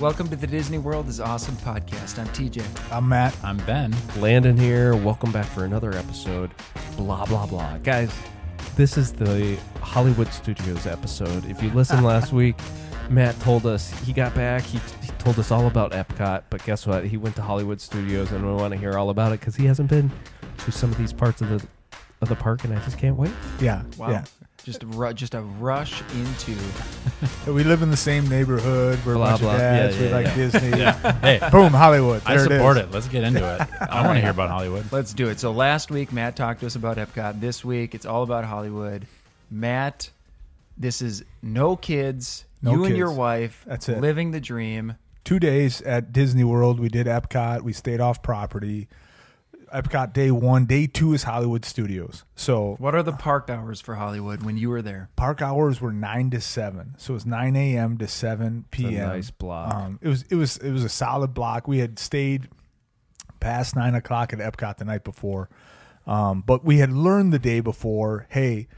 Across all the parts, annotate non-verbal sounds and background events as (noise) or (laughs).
Welcome to the Disney World is Awesome podcast. I'm TJ. I'm Matt. I'm Ben. Landon here. Welcome back for another episode. Blah blah blah, guys. This is the Hollywood Studios episode. If you listened (laughs) last week, Matt told us he got back. He, he told us all about Epcot, but guess what? He went to Hollywood Studios, and we want to hear all about it because he hasn't been to some of these parts of the of the park, and I just can't wait. Yeah. Wow. Yeah. Just a ru- just a rush into We live in the same neighborhood. We're Blah, a bunch blah. of dads. Yeah, we yeah, like yeah. Disney. (laughs) Hey, Boom, Hollywood. I There it support is. it. Let's get into it. (laughs) I want to hear about Hollywood. Let's do it. So last week Matt talked to us about Epcot. This week it's all about Hollywood. Matt, this is no kids. No you and kids. your wife That's it. living the dream. Two days at Disney World. We did Epcot. We stayed off property. Epcot day one. Day two is Hollywood Studios. So What are the park hours for Hollywood when you were there? park hours were nine to seven. So it was nine a.m. to seven p.m. nice block. Um, it was it was it was a solid block. We had stayed past nine o'clock at Epcot the night before, um, but we had learned the day before. Hey,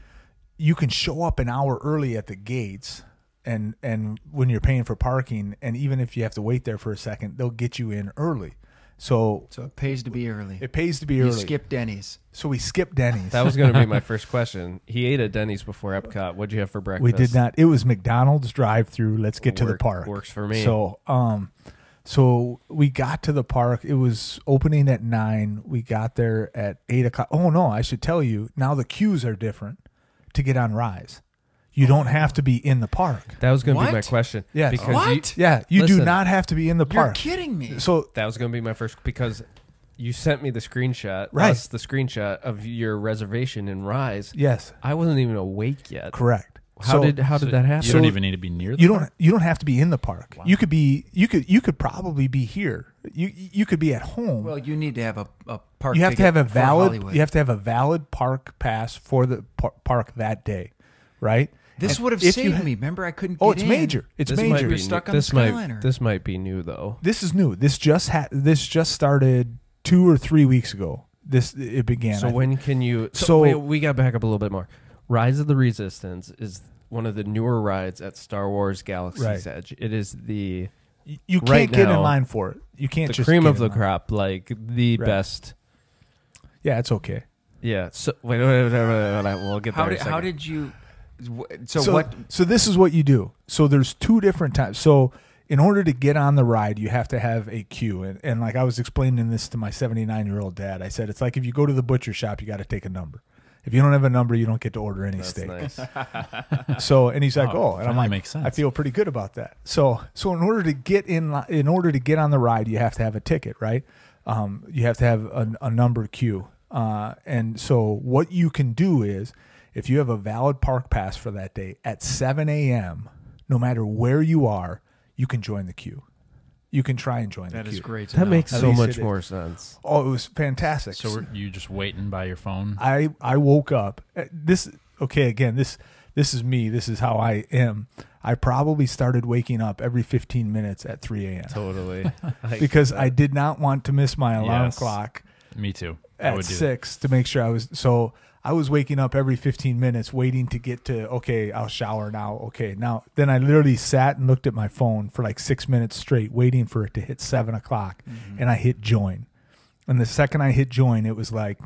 you can show up an hour early at the gates. And and when you're paying for parking, and even if you have to wait there for a second, they'll get you in early. So So it pays to be early. it pays to be you early. skip Denny's. so we skipped Denny's. That was going to be (laughs) my first question. He ate at Denny's before Epcot. What'd you have for breakfast? We did not. It was McDonald's drive-through. Let's get to the Work- park. works for me. So, um, so we got to the park. It was opening at nine. We got there at eight o'clock. Oh no, I should tell you now. The queues are different to get on Rise. You don't have to be in the park. That was going to be my What? question. Yes. Because What? You, Yeah, you do Listen. not have to be in the You're park. kidding me. So That was going to be my first because you sent me the screenshot, Right. plus the screenshot of your reservation in Rise. yes, I wasn't even awake yet. correct. How So- did how did that happen? You don't even need to be near. The you don't you don't have to be in the park. You could be you could you could probably be here. You you could be at home. Well, you need to have a, a park. you have to ticket have a for valid Hollywood. you have to have a valid park pass for the par- park that day, right? This And would have if you saved had- me. Remember, I couldn't. Oh, get it's in. major. It's This major. might be You're stuck new- on the this might Skyliner. this might be new though. This is new. This just had this just started two or three weeks ago. This it began. so I- when can you? So, So- wait, we got back up a little bit more. Rise of the Resistance is one of the newer rides at Star Wars Galaxy's Right. Edge. It is the you, you can't right get in now, line for it. You can't the just cream get of in the line. crop, like the Right. best. Yeah, it's okay. Yeah. So wait, wait, wait, wait, wait, wait, we'll get there. How in a did, how second. did you? wh- So, so what? So this is what you do. So there's two different times. So in order to get on the ride, you have to have a queue. And, and like I was explaining this to my 79 year old dad, I said it's like if you go to the butcher shop, you got to take a number. If you don't have a number, you don't get to order any That's steak. nice. So and he's like, Oh, oh, and I'm finally like, makes sense. I feel pretty good about that. So so in order to get in li- in order to get on the ride, you have to have a ticket, right? Um, you have to have a, a number queue. Uh, and so what you can do is, if you have a valid park pass for that day at 7 a.m., no matter where you are, you can join the queue. You can try and join That the is queue. great. To That know. makes At so least it much is. more sense. Oh, it was fantastic. So were you just waiting by your phone? I I woke up. uh, This okay again. This this is me. This is how I am. I probably started waking up every 15 minutes at 3 a.m. Totally. Like, because I did not want to miss my alarm Yes. clock Me too. I at would do. six to make sure I was. So I was waking up every 15 minutes, waiting to get to okay. I'll shower now. Okay, now then I literally sat and looked at my phone for like six minutes straight, waiting for it to hit seven o'clock, Mm-hmm. and I hit join. And the second I hit join, it was like,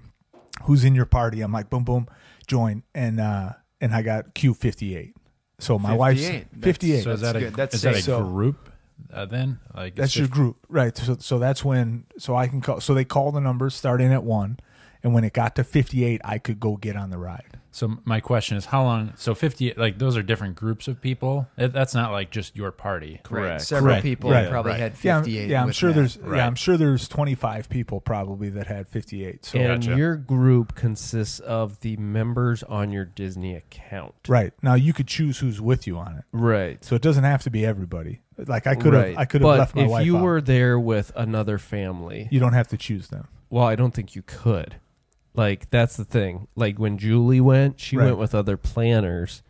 "Who's in your party?" I'm like, "Boom, boom, join," and uh, and I got Q fifty eight. So my wife's 58. That's- fifty eight. So is That's that a good. That's is that a safe. So- group? Uh, then like it's That's your just- group, right? So, so that's when. So I can call. So they call the numbers starting at one, and when it got to fifty-eight, I could go get on the ride. So my question is, how long? So fifty, like those are different groups of people. It, that's not like just your party. Right. Correct. Several Correct. people Right. probably Right. had Yeah, I'm- 58. yeah. I'm with sure that. there's. Right. Yeah, I'm sure there's twenty-five people probably that had fifty-eight. So and Gotcha. your group consists of the members on your Disney account. right now you could choose who's with you on it, Right. so it doesn't have to be everybody. Like I could have. I could have But left my if wife. you out. were there with another family, you don't have to choose them. well, I don't think you could. Like that's the thing. Like when Julie went, she Right. went with other planners.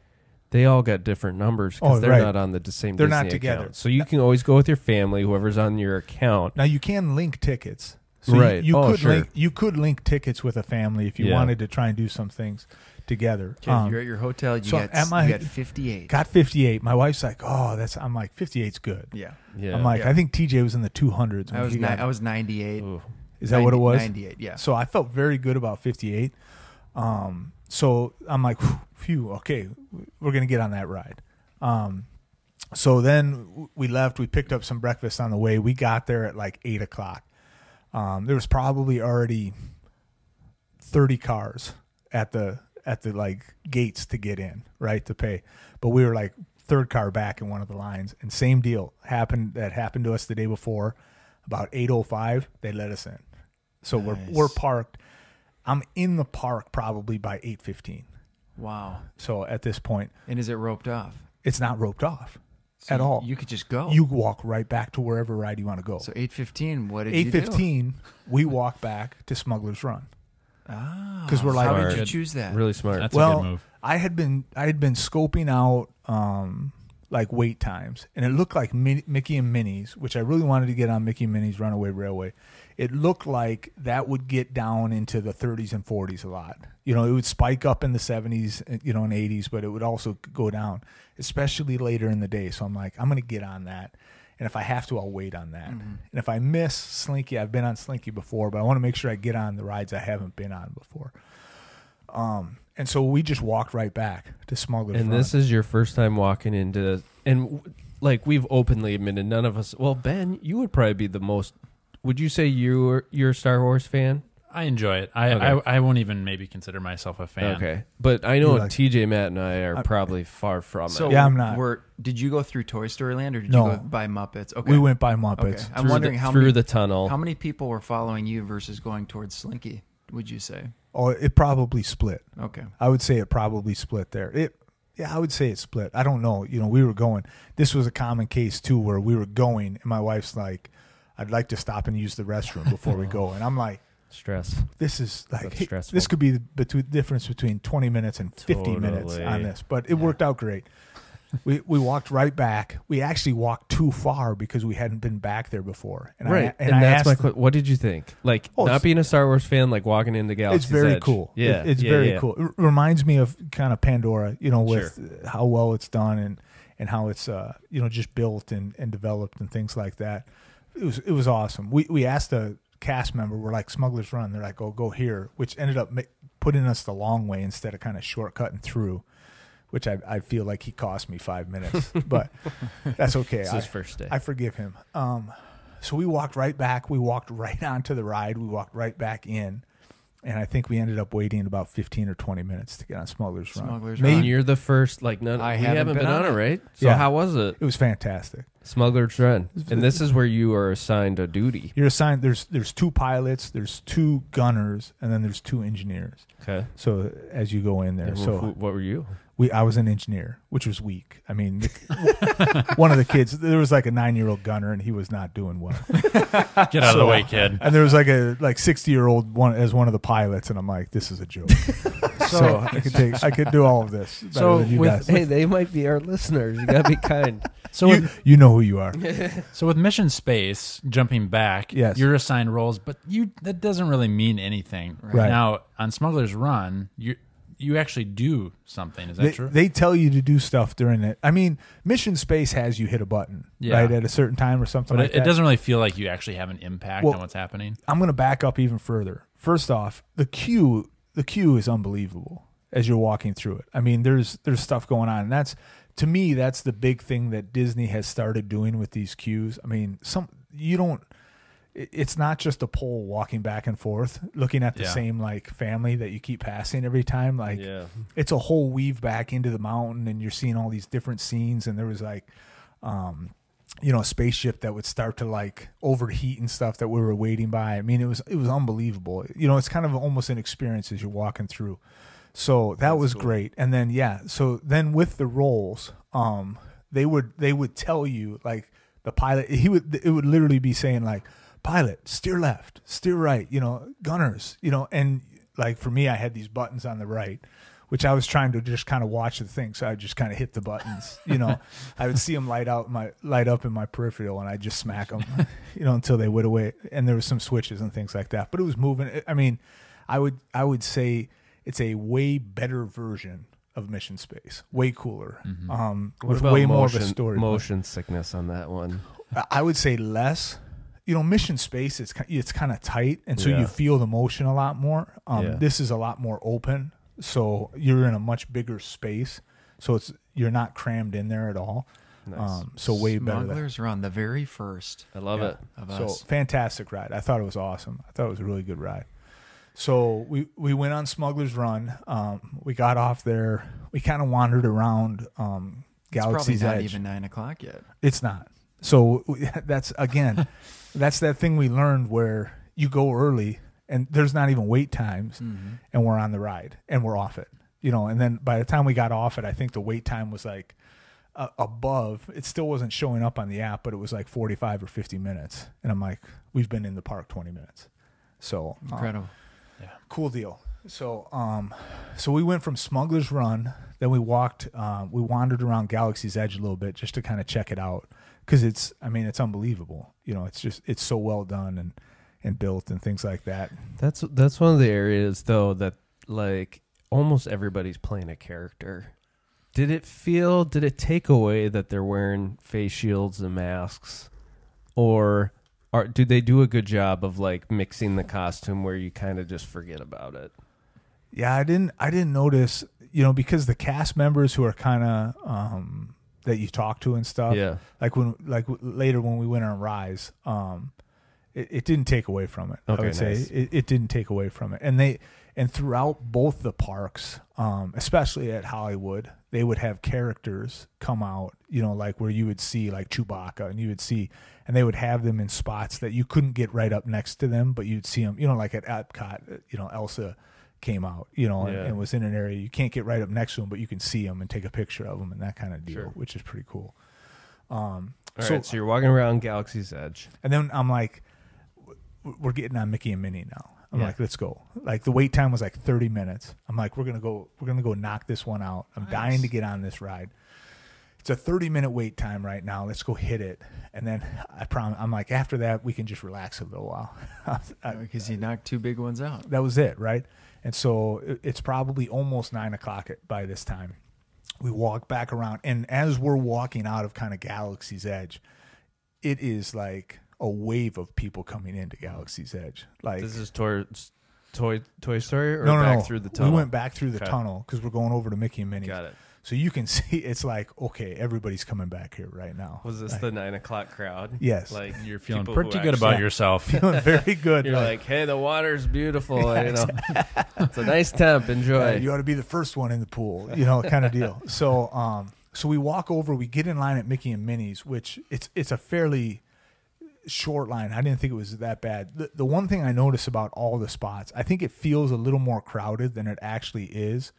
They all got different numbers because Oh, they're right. not on the d- same. They're Disney not together. account. so you can always go with your family, whoever's on your account. Now you can link tickets. So Right. You, you Oh, could sure. link you could link tickets with a family if you Yeah. wanted to try and do some things together. Okay, Um, you're at your hotel. You so got at my- you got 58. got 58. My wife's like, "Oh, that's." I'm like, "58's good." yeah, Yeah. I'm like, Yeah. "I think TJ was in the 200s." when I was he ni- got- I was 98. Ooh. Is that what it 90 was? 98. Yeah. So I felt very good about 58. Um, so I'm like, "Phew, phew, okay, we're going to get on that ride. Um, so then w- we left. We picked up some breakfast on the way. We got there at like 8 o'clock. Um, there was probably already 30 cars at the at the like gates to get in right to pay but we were like third car back in one of the lines and same deal happened that happened to us the day before about 805 they let us in so Nice. we're we're parked i'm in the park probably by 815 Wow. so at this point And is it roped off it's not roped off So at all You could just go. you walk right back to wherever ride you want to go so 8:15. What did you do? 815 we walk back to smugglers run Ah, 'Cause we're like- how did you Smart. choose that? Really smart. That's a well, good move. I had been I had been scoping out um, like wait times, and it looked like Mi- Mickey and Minnie's, which I really wanted to get on Mickey and Minnie's Runaway Railway. It looked like that would get down into the 30s and 40s a lot. You know, it would spike up in the 70s, uh, you know, and 80s, but it would also go down, especially later in the day. So I'm like, I'm going to get on that. And if I have to, I'll wait on that. And if I miss Slinky, I've been on Slinky before, but I want to make sure I get on the rides I haven't been on before. Um, and so we just walked right back to Smuggler's And Run. this is your first time walking into and w- like we've openly admitted none of us. Well, Ben, you would probably be the most. Would you say you're you're a Star Wars fan? I enjoy it. I, Okay. I I won't even maybe consider myself a fan. Okay, but I know You're like- TJ, Matt, and I are I- probably far from So it. Yeah, I'm not. Were, did you go through Toy Story Land or did No. you go by Muppets? Okay, We went by Okay, Muppets. I'm Through wondering the, how through many the tunnel. how many people were following you versus going towards Slinky. Would you say? Oh, it probably split. Okay. I would say it probably split there. It, yeah, I would say it split. I don't know. You know, we were going. This was a common case too, where we were going, and my wife's like, "I'd like to stop and use the restroom before we (laughs) go," and I'm like, Stress. "This is like That's stressful. this could be the between, difference between 20 minutes and 50 minutes Totally. on this," but it worked out great. We, we walked right back. We actually walked too far because we hadn't been back there before. And right, I, and, and, I that's asked my. que- what did you think? Like Oh, not it's- being a Star Wars fan, like walking into it's Galaxy's very Edge. cool. Yeah, It- it's yeah, very yeah. cool. It r- reminds me of kind of Pandora, you know, with uh, how well it's done and and how it's uh you know just built and and developed and things like that. It was it was awesome. We we asked a cast member, we're like Smugglers Run. They're like, oh, go here, which ended up ma- putting us the long way instead of kind of shortcutting through. Which I, I feel like he cost me five minutes, (laughs) but that's okay. It's I- his first day. I forgive him. Um, so we walked right back. We walked right (laughs) onto the ride. We walked right back in, and I think we ended up waiting about fifteen or twenty minutes to get on Smuggler's Run. Smuggler's Maybe- and you're the first. Like none. I we haven't haven't been on on it, it. right? So Yeah. how was it? It was fantastic. Smuggler's Run, and this is where you are assigned a duty. You're assigned. There's there's two pilots. There's two gunners, and then there's two engineers. Okay. So as you go in there, And so who- what were you? we I was an engineer, which was weak. I mean, the- (laughs) one of the kids there was like a nine year old gunner, and he was not doing well. Get out of the So- way, (laughs) kid. And there was like a like sixty year old one as one of the pilots, and I'm like, this is a (laughs) joke. so I could take I could do all of this. better So than you with- guys. hey, they might be our listeners. You (laughs) gotta be kind. So you, with, you know who you are. so with Mission Space jumping back, Yes. you're assigned roles, but you that doesn't really mean anything. Right. Now on Smuggler's Run, you you actually do something. Is that They, true? they tell you to do stuff during it. I mean, Mission Space has you hit a button Yeah. right at a certain time or something but like it, that. it doesn't really feel like you actually have an impact Well- on what's happening. I'm going to back up even further. First off, the queue the queue is unbelievable as you're walking through it. I mean, there's there's stuff going on, and that's to me that's the big thing that Disney has started doing with these queues. I mean, some you don't. it- It's not just a pole walking back and forth, looking at the Yeah. same like family that you keep passing every time. Like yeah. it's a whole weave back into the mountain and you're seeing all these different scenes and there was like um you know a spaceship that would start to like overheat and stuff that we were waiting by i mean it was it was unbelievable you know it's kind of almost an experience as you're walking through so that was great and then yeah so then with the roles um they would they would tell you like the pilot he would it would literally be saying like pilot steer left steer right you know gunners you know and like for me i had these buttons on the right which I was trying to just kind of watch the thing. So I just kind of hit the buttons, you know. I would see them light out my light up in my peripheral, and I just smack them, you know, until they would away. And there was some switches and things like that, but it was moving. I- I mean, I would I would say it's a way better version of Mission Space, way cooler, um, with way more of a story. Motion sickness on that one. I- I would say less. You know, Mission Space it's ki- it's kind of tight, and so Yeah. you feel the motion a lot more. Um, Yeah. This is a lot more open, so you're in a much bigger space. So it's you're not crammed in there at all. Um, so way better. Uh, than- Smugglers Run, the very first I love Yeah. it. of so us. fantastic ride. I thought it was awesome. I thought it was a really good ride. So we we went on Smuggler's Run. Um, we got off there. We kind of wandered around um, It's probably Galaxy's not Edge. Oh. even nine o'clock yet. It's not. So (laughs) we- that's again, that's that thing we learned where you go early and there's not even wait times, and we're on the ride and we're off it. You know, and then by the time we got off it, I think the wait time was like uh, above. It still wasn't showing up on the app, but it was like 45 or 50 minutes. And I'm like, we've been in the park 20 minutes. So um, Incredible. cool deal. So, um, so we went from Smuggler's Run, then we walked, um, we wandered around Galaxy's Edge a little bit just to kind of check it out because it's, I mean, it's unbelievable. You know, it's just, it's so well done and and built and things like that. That's that's one of the areas though that like almost everybody's playing a character. Did it feel? Did it take away that they're wearing face shields and masks, or are do they do a good job of like mixing the costume where you kind of just forget about it? Yeah, I didn't, I didn't notice, you know, because the cast members who are kind of um, that you talk to and stuff. Yeah. Like when, like w- later when we went on Rise, um, it, it didn't take away from it. Okay, I would nice. say it, it didn't take away from it. And they and throughout both the parks, um, especially at Hollywood, they would have characters come out. You know, like where you would see like Chewbacca, and you would see, and they would have them in spots that you couldn't get right up next to them, but you'd see them. You know, like at Epcot, uh, you know Elsa came out. You know, Yeah. and, and was in an area you can't get right up next to them, but you can see them and take a picture of them and that kind of deal, Sure. which is pretty cool. All right, So- so, you're walking around Galaxy's Edge. And then I'm like, w- we're getting on Mickey and Minnie now. I'm Yeah. like, let's go. Like the wait time was like 30 minutes. I'm like, we're gonna go. We're gonna go knock this one out. I'm dying to get on this ride. It's a 30 minute wait time right now. Let's go hit it. And then I prom. I'm like, after that, we can just relax a little while. (laughs) I- Because you knocked two big ones out. that was it, right? And so it- it's probably almost nine o'clock at, by this time. We walk back around, and as we're walking out of kind of Galaxy's Edge, it is like a wave of people coming into Galaxy's Edge. Like This is towards Toy Toy Story or no, no, back no. through the tunnel. We went back through the Okay. tunnel because we're going over to Mickey and Minnie. Got it. So you can (laughs) see it's like okay, everybody's coming back here right now. (laughs) Was this Like, the nine o'clock crowd? Yes. Like You're feeling people who pretty good about actually- yourself. feeling very good? (laughs) You're like, hey, the water's beautiful. you know, (laughs) it's a nice temp. Enjoy. Yeah, you ought to be the first one in the pool, you know, kind of deal. So, um, so we walk over, we get in line at Mickey and Minnie's, which it's it's a fairly short line. I didn't think it was that bad. The, the one thing I notice about all the spots, I think it feels a little more crowded than it actually is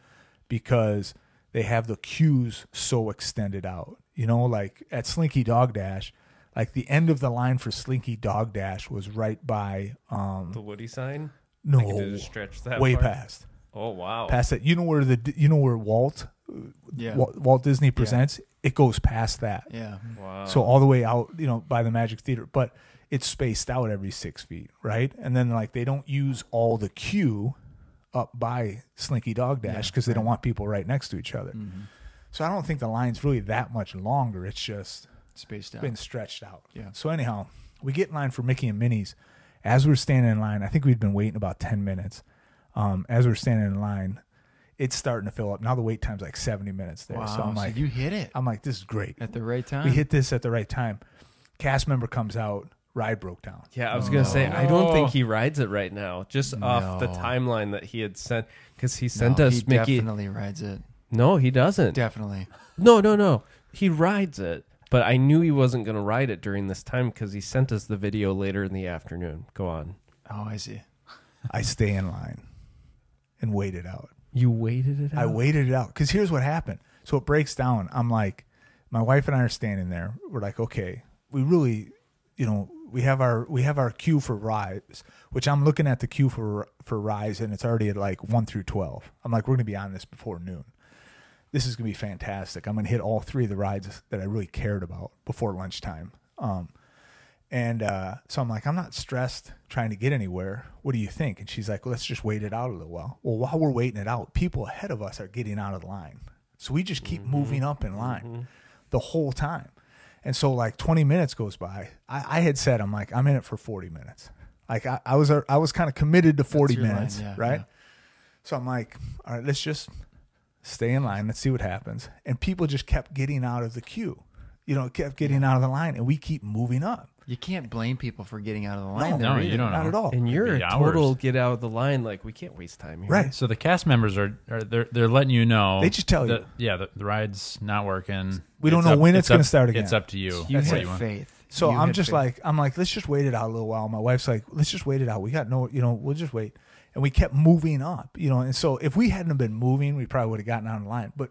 because they have the queues so extended out. You know, like at Slinky Dog Dash, like the end of the line for Slinky Dog Dash was right by um the Woody sign. no Like, did it stretch that way far? past Oh wow. past that. You know where the you know where Walt Yeah. Walt, Walt Disney presents. It goes past that, yeah. Oh. wow. so all the way out, you know, by the Magic Theater. But it's spaced out every six feet, right? And then like they don't use all the queue up by Slinky Dog Dash because they don't want people right next to each other. Mm-hmm. So I don't think the line's really that much longer. It's just Spaced out. been stretched out. Yeah. So anyhow, we get in line for Mickey and Minnie's. As we're standing in line, I think we'd been waiting about ten minutes. Um, as we're standing in line, it's starting to fill up. Now the wait time's like seventy minutes there. wow. so I'm like, you hit it I'm like, this is great. at the right time. We hit this at the right time. Cast member comes out. Ride broke down. yeah, I was gonna say I No. don't think he rides it right now. Just off the No. timeline that he had sent, because he No, sent he us Mickey. definitely rides it. No, he doesn't. Definitely. No, no, no. He rides it, but I knew he wasn't gonna ride it during this time because he sent us the video later in the afternoon. Go on. Oh, I see. I stay in line and wait it out. You waited it out. I waited it out because here's what happened. So it breaks down. I'm like, my wife and I are standing there. We're like, okay, we really, you know, we have our we have our queue for rise, which I'm looking at the queue for for rise, and it's already at like one through twelve. I'm like, we're gonna be on this before noon. This is gonna be fantastic. I'm gonna hit all three of the rides that I really cared about before lunchtime. Um, and uh, so I'm like, I'm not stressed trying to get anywhere. What do you think? And she's like, let's just wait it out a little while. Well, while we're waiting it out, people ahead of us are getting out of line. So we just Mm-hmm. keep moving up in line the whole time. And so like 20 minutes goes by. I, I had said, I'm like, I'm in it for 40 minutes. Like I, I was, I was kind of committed to 40 your line, minutes, yeah, right? yeah. So I'm like, all right, let's just stay in line. Let's see what happens. And people just kept getting out of the queue, you know, kept getting out of the line and we keep moving up. You can't blame people for getting out of the line. No, though, no, either. you don't Not know. at all. And you're Could a be total hours. get out of the line. Like we can't waste time here. Right. (laughs) So the cast members are, are they're they're letting you know. They just tell that- you. Yeah, the, the ride's not working. We don't know when it's up- gonna start again. It's up to you. You what had you want. faith. So You I'm had just faith. like, I'm like, let's just wait it out a little while. My wife's like, let's just wait it out. We got no, you know, we'll just wait. And we kept moving up, you know. And so if we hadn't have been moving, we probably would have gotten out of line. But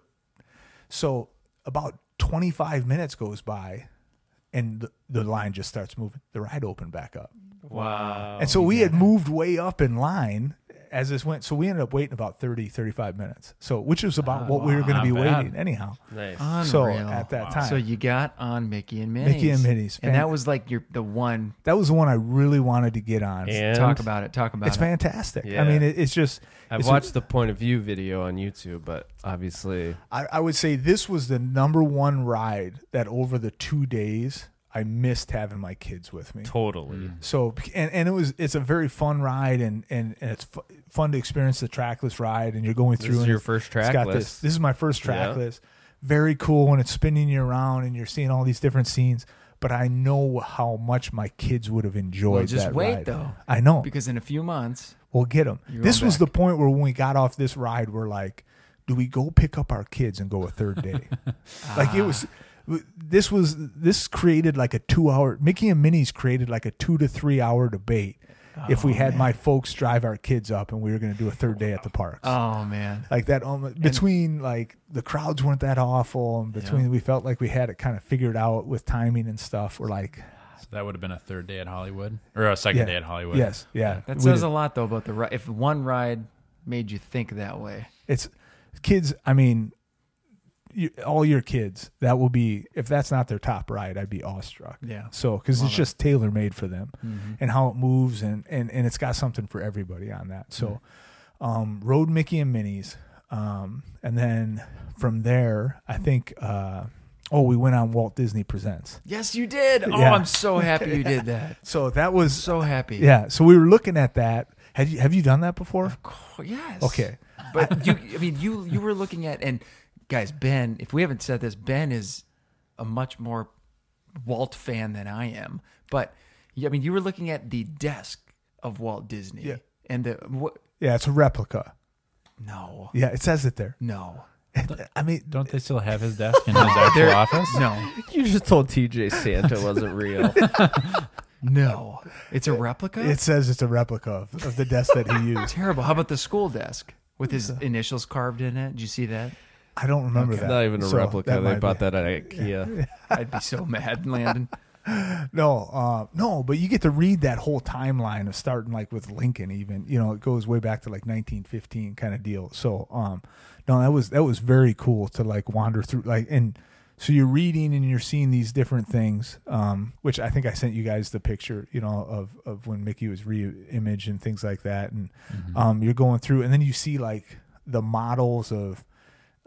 so about 25 minutes goes by and the, the line just starts moving. The ride opened back up. Wow. and so we had moved way up in line as this went. So we ended up waiting about 30, 35 minutes. So, which was about what we were going to not be bad. waiting anyhow. nice. So Unreal. at that time. so you got on Mickey and Minnie's. Mickey and Minnie's. and Fan- that was like your the one. That was the one I really wanted to get on. And talk about it. Talk about it's it. fantastic. Yeah. I mean, it, it's just. I've it's a- watched the point of view video on YouTube, but obviously, I, I would say this was the number one ride that over the two days I missed having my kids with me. totally. So and, and it was it's a very fun ride and and, and it's fu- fun to experience the trackless ride and you're going This through is and your first it's track got this list. this is my first track Yeah. list very cool when it's spinning you around and you're seeing all these different scenes but I know how much my kids would have enjoyed Well, just that wait, ride. though. I know because in a few months, we'll get them. You're this going was back. the point where when we got off this ride, we're like, do we go pick up our kids and go a third day? like it was. This was this created like a two hour. Mickey and Minnie's created like a two to three hour debate. if we had my folks drive our kids up and we were going to do a third day at the parks, oh man, like that almost between like the crowds weren't that awful, and between we felt like we had it kind of figured out with timing and stuff. We're like, So that would have been a third day at Hollywood or a second Yeah. day at Hollywood. yes, yeah, that we says did. a lot though about the ride. If one ride made you think that way, it's kids i mean you, all your kids that will be if that's not their top ride i'd be awestruck Yeah. so because Love it's it. just tailor made for them Mm-hmm. and how it moves and, and and it's got something for everybody on that so Mm-hmm. um rode mickey and minnie's um and then from there i think uh oh we went on walt disney presents yes, you did. Oh, Yeah. I'm so happy you did (laughs) that. so that was So happy. yeah so we were looking at that have you have you done that before Co- Oh, Yes. Okay. But you, I mean, you you were looking at and guys, Ben. If we haven't said this, Ben is a much more Walt fan than I am. But yeah, I mean, you were looking at the desk of Walt Disney. Yeah. And the what? yeah it's a replica No. yeah it says it there No. (laughs) i mean Don't they still have his desk (laughs) in his actual office? No. (laughs) You just told TJ Santa (laughs) wasn't real. No. It's a replica. It says it's a replica of, of the desk that he used. terrible. How about the school desk with his initials carved in it? Did you see that? I don't remember that. Not even a So replica. that they might bought be- (laughs) that at IKEA. I'd be so mad, Landon. No, uh, no, but you get to read that whole timeline of starting like with Lincoln. Even you know it goes way back to like 1915 kind of deal. So, um, no, that was that was very cool to like wander through like and so you're reading and you're seeing these different things. Um, which I think I sent you guys the picture, you know, of of when Mickey was re-imaged and things like that. And Mm-hmm. um, you're going through and then you see like the models of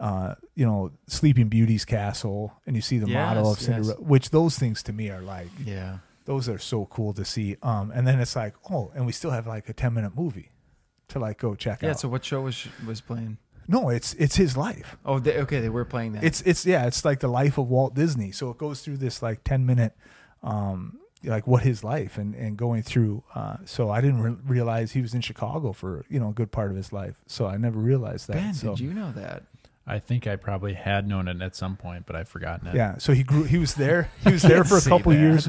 uh, you know, Sleeping Beauty's castle, and you see the model of Yes, yes. Cinderella, which those things to me are like, Yeah. those are so cool to see. Um, and then it's like, oh, and we still have like a ten minute movie to like go check Yeah. out. So what show was was playing? no, it's it's his life. Oh, they, okay. They were playing that. It's it's yeah, it's like the life of Walt Disney. So it goes through this like ten minute, um, like what his life and and going through. Uh, so I didn't re- realize he was in Chicago for you know a good part of his life. So I never realized that. Ben, so did you know that? I I think I probably had known it at some point, but I've forgotten it. Yeah. So he grew. He was there. He was there for a say couple that. years.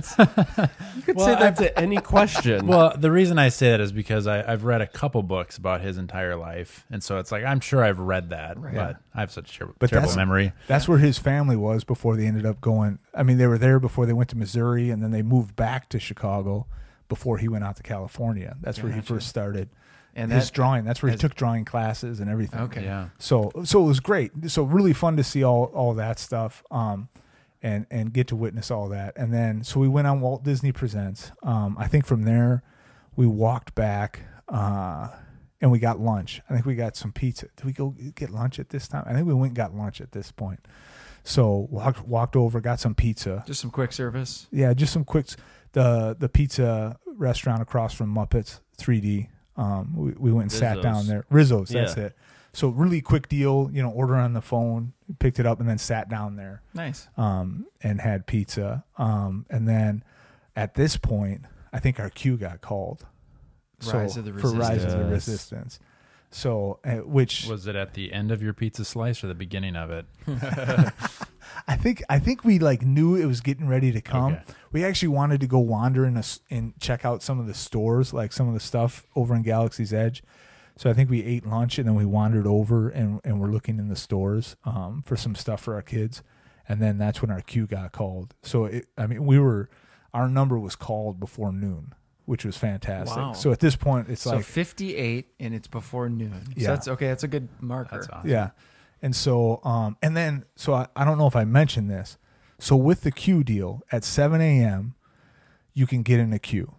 You could Well, say that I've- (laughs) to any question. Well, the reason I say that is because I, I've read a couple books about his entire life, and so it's like I'm sure I've read that, but I have such a ter- But terrible that's- memory. That's where his family was before they ended up going. I mean, they were there before they went to Missouri, and then they moved back to Chicago before he went out to California. That's where he first started. And his that- drawing. That's where he has- took drawing classes and everything. Okay. Yeah, So so it was great. So really fun to see all all that stuff. Um and and get to witness all that. And then so we went on Walt Disney Presents. Um I think from there we walked back uh and we got lunch. I think we got some pizza. Did we go get lunch at this time? I think we went and got lunch at this point. So walked walked over, got some pizza. Just some quick service. Yeah, just some quick the the pizza restaurant across from Muppets 3D. Um, we, we went and sat Rizzo's. down there. Rizzo's, that's Yeah. it. So really quick deal, you know, order on the phone, picked it up and then sat down there Nice. um, and had pizza. Um, and then at this point, I think our queue got called. Rise of the for Rise of the Resistance. Resistance. So uh, which was it at the end of your pizza slice or the beginning of it? (laughs) I think I think we like knew it was getting ready to come. Okay. We actually wanted to go wander in a s and check out some of the stores, like some of the stuff over in Galaxy's Edge. So I think we ate lunch and then we wandered over and and we're looking in the stores um, for some stuff for our kids, and then that's when our queue got called. So it, I mean, we were our number was called before noon, which was fantastic. Wow. So at this point, it's so like 58, and it's before noon. Yeah. So that's okay. That's a good marker. That's awesome. Yeah. And so, um, and then, so I, I don't know if I mentioned this. So with the queue deal at 7 a.m., you can get in a queue.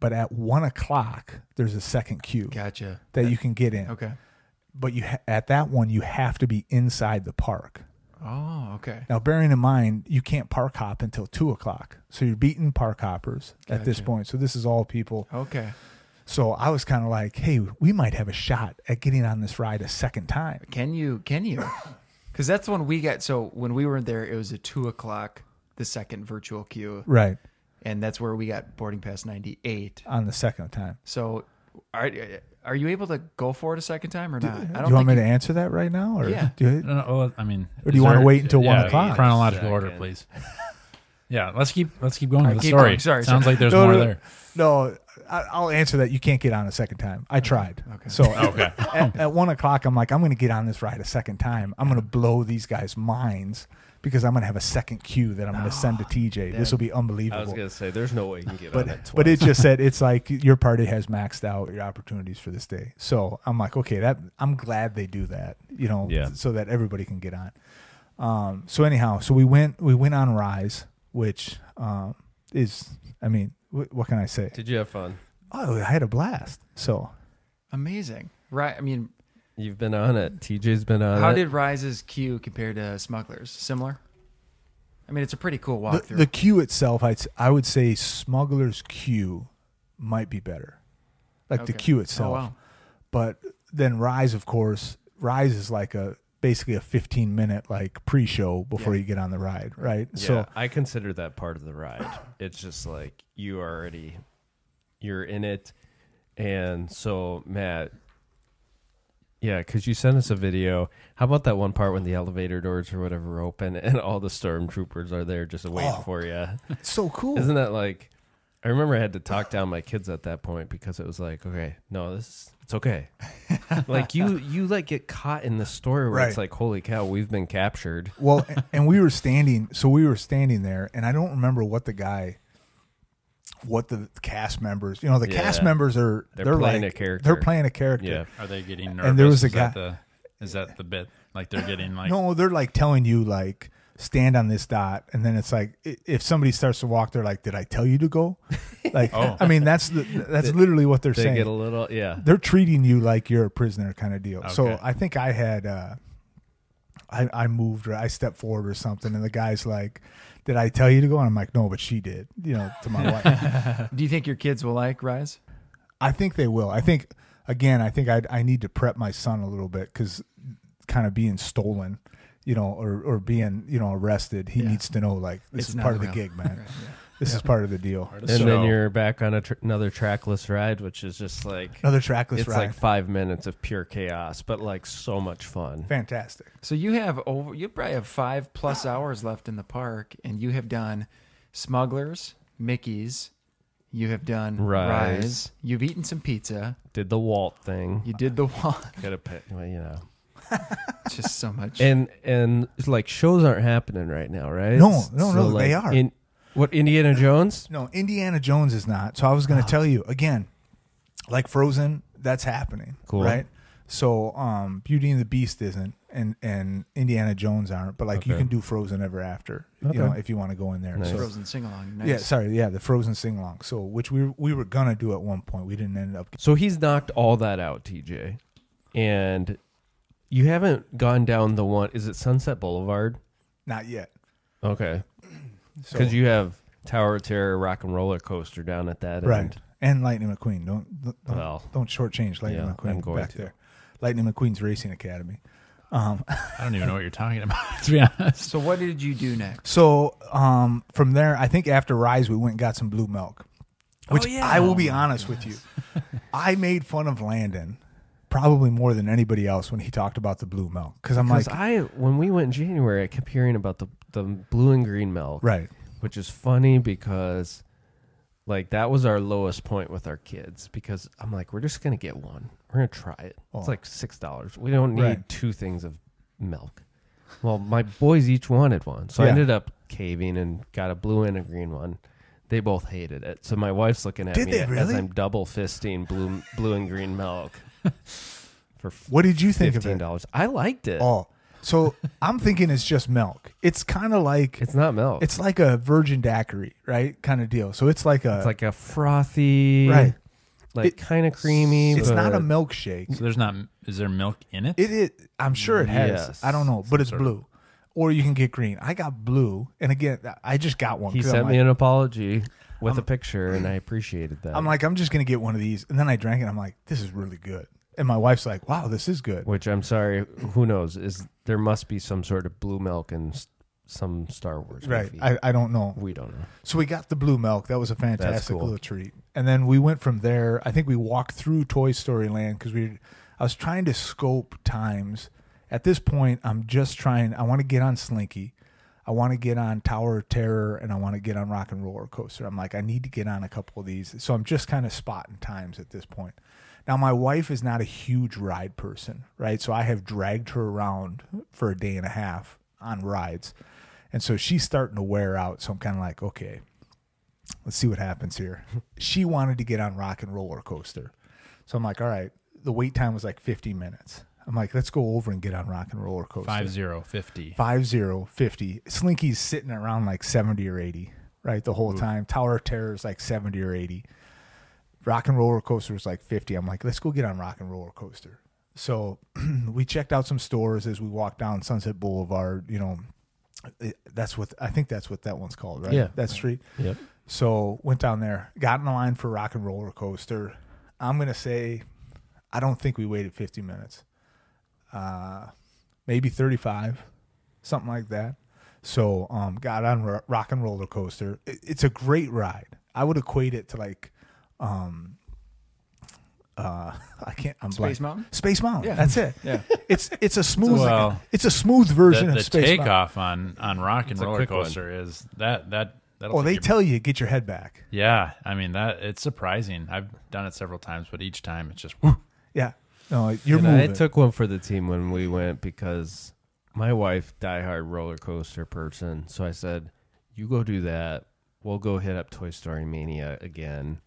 But at one o'clock, there's a second queue Gotcha. that you can get in. Okay. But you ha- at that one, you have to be inside the park. Oh, okay. Now, bearing in mind, you can't park hop until two o'clock. So you're beating park hoppers at this Gotcha. Oh. point. So this is all people. Okay. So I was kind of like, hey, we might have a shot at getting on this ride a second time. Can you? Can (laughs) you? Because that's when we got. So when we were there, it was a two o'clock, the second virtual queue, Right. and that's where we got boarding pass ninety eight. On the second time. So, are are you able to go for it a second time or not? I do you want me think to answer that right now, or Yeah. do you- No, no, well, I mean, Or do is you wanna there- wait until one yeah, o'clock? Chronological Second. order, please. (laughs) Yeah, let's keep let's keep going All right, with the keep story. going. Sorry, Sounds sorry. like there's No, more no, there. no? I- I'll answer that. You can't get on a second time. I tried. Okay. So (laughs) Okay. at, at one o'clock, I'm like, I'm going to get on this ride a second time. I'm going to blow these guys' minds because I'm going to have a second cue that I'm going to send Ah, to TJ. This will be I was unbelievable. gonna say there's no way you can get on it. (laughs) but but it just said it's like your party has maxed out your opportunities for this day. So I'm like, okay, that I'm glad they do that, you know, Yeah. so that everybody can get on. Um, so anyhow, so we went we went on Rise, which um, is, I mean, wh- what can I say? Did you have fun? Oh, I had a blast. So amazing. Right. I mean, You've been on it. TJ's been on how it. did Rise's queue compare to Smugglers? Similar. I mean, it's a pretty cool the, walkthrough. the queue itself, I'd, s- I would say Smuggler's Queue might be better, like the Okay. queue oh itself. wow. but then rise of course rise is like a basically a 15 minute like pre-show before Yeah. you get on the ride right Yeah, (laughs) so I consider that part of the ride. It's just like you are already you're in it, and so Matt, yeah, because you sent us a video. How about that one part when the elevator doors or whatever open and all the stormtroopers are there just waiting Oh. for you? it's so cool Isn't that like? I remember I had to talk down my kids at that point because it was like, okay, no, this is, it's (laughs) okay. like you, you like get caught in the story where it's Right. like, holy cow, we've been captured. well a- and we were standing so we were standing there and i don't remember what the guy what the cast members you know the cast Yeah. members are They're they're, playing like a character. they're playing a character Yeah. Are they getting nervous? And there was a is that guy- the- is that the bit? Like they're getting like no they're like telling you like stand on this dot and then it's like i- if somebody starts to walk they're like did i tell you to (laughs) go like Oh. i mean that's the, that's literally what they're They saying get a little, yeah. they're treating you like you're a prisoner kind of deal. So Okay. I think I had uh I, I moved or I stepped forward or something and the guy's like, Did I tell you to go? And I'm like, No, but she did, you know, to my wife. Do you think your kids will like Rise? I think they will. I think again, I think I I need to prep my son a little bit because kind of being stolen, you know, or or being, you know, arrested, he Yeah. needs to know like this It's is not part of the real. gig, man. (laughs) Right, yeah. This is part of the deal. Hard and to then sell. you're back on a tr- another trackless ride, which is just like Another trackless it's ride. like five minutes of pure chaos, but like so much fun. Fantastic. So you have over you probably have five plus hours left in the park, and you have done smugglers, Mickey's, you have done Rise. Rise, you've eaten some pizza, Did the Walt thing. you did the (laughs) one, Got to pay, well, you know. just so much. And and it's like shows aren't happening right now, right? No, no, no, they are. In, what Indiana Jones? No, Indiana Jones is not. So I was going Ah. to tell you again, like Frozen, that's happening. Cool. Right. So um, Beauty and the Beast isn't, and and Indiana Jones aren't. But like you Okay. can do Frozen Ever After, Okay. you know, if you want to go in there. Nice. So- Frozen sing along. Nice. yeah, sorry, yeah, the Frozen sing along. So which we we were gonna do at one point, we didn't end up. So he's knocked all that out, TJ. And you haven't gone down the one is it Sunset Boulevard? Not yet. Okay. So, Because you have Tower of Terror Rock and Roller Coaster down at that right end. and Lightning McQueen. Don't don't, Well, don't shortchange Lightning yeah, McQueen I'm going back to. there. Lightning McQueen's Racing Academy. Um, I don't even know what you're talking about. (laughs) To be honest, So what did you do next? So um, from there, I think after Rise, we went and got some blue milk, Oh, which yeah. I will be honest with you. I made fun of Landon probably more than anybody else when he talked about the blue milk because I'm Because like, I when we went in January, I kept hearing about the the blue and green milk, right, which is funny because like that was our lowest point with our kids because I'm like, we're just gonna get one. We're gonna try it. It's Oh. like six dollars. We don't need Right. two things of milk. Well, my boys each wanted one, so I Yeah. ended up caving and got a blue and a green one. They both hated it, so my wife's looking at Did me they as really? I'm double fisting blue blue and (laughs) green milk for what did you think fifteen of it? dollars. I liked it. Oh, so I'm thinking it's just milk. It's kind of like it's, It's not milk. like a virgin daiquiri, right, kind of deal. So it's like a It's like a frothy, Right. Like It- kind of creamy. it's but not a milkshake. so there's not. Is there milk in it? It is. I'm sure it has. Yes. I don't know, but it's blue. Or you can get green. I got blue, and again, I just got one. He 'cause I'm sent like- me an apology with a picture, and I appreciated that. I'm like, I'm just gonna get one of these, and then I drank it. I'm like, this is really good. And my wife's like, wow, this is good. which I'm sorry. Who knows? Is there must be some sort of blue milk and s- some Star Wars Right? movie. I, I don't know. we don't know. So we got the blue milk. That was a fantastic cool. little treat. And then we went from there. I think we walked through Toy Story Land because we. I was trying to scope times. At this point, I'm just trying. I want to get on Slinky. I want to get on Tower of Terror, and I want to get on Rock and Roller Coaster. I'm like, I need to get on a couple of these. So I'm just kind of spotting times at this point. Now, my wife is not a huge ride person, right? So I have dragged her around for a day and a half on rides. And so she's starting to wear out. So I'm kind of like, okay, let's see what happens here. She wanted to get on Rock and Roller Coaster. So I'm like, all right, the wait time was like 50 minutes. I'm like, let's go over and get on Rock and Roller Coaster. Five zero fifty. Five zero fifty. Slinky's sitting around like 70 or 80, right? The whole time. Tower of Terror is like 70 or 80. Rock and Roller Coaster was like 50. I'm like, let's go get on Rock and Roller Coaster. So (clears throat) we checked out some stores as we walked down Sunset Boulevard. You know, it- that's what I think that's what that one's called, right? Yeah. That street. Yep. So went down there, got in the line for Rock and Roller Coaster. I'm gonna say, I don't think we waited 50 minutes, uh, maybe 35, something like that. So um, got on Ro- Rock and Roller Coaster. It- it's a great ride. I would equate it to like, um, uh, (laughs) I can't. I'm Space blank. (laughs) Mountain. Space Mountain. Yeah. (laughs) That's it. Yeah. It's it's a smooth Well, it's a smooth version The, the of Space Mountain. takeoff on on Rock and a Roller quick one. Coaster is that that. that'll Oh, take they your- tell you get your head back. Yeah, I mean that it's surprising. I've done it several times, but each time it's just whew, Yeah. No, you're And I moving. took one for the team when we went because my wife, diehard roller coaster person, so I said, "You go do that. We'll go hit up Toy Story Mania again."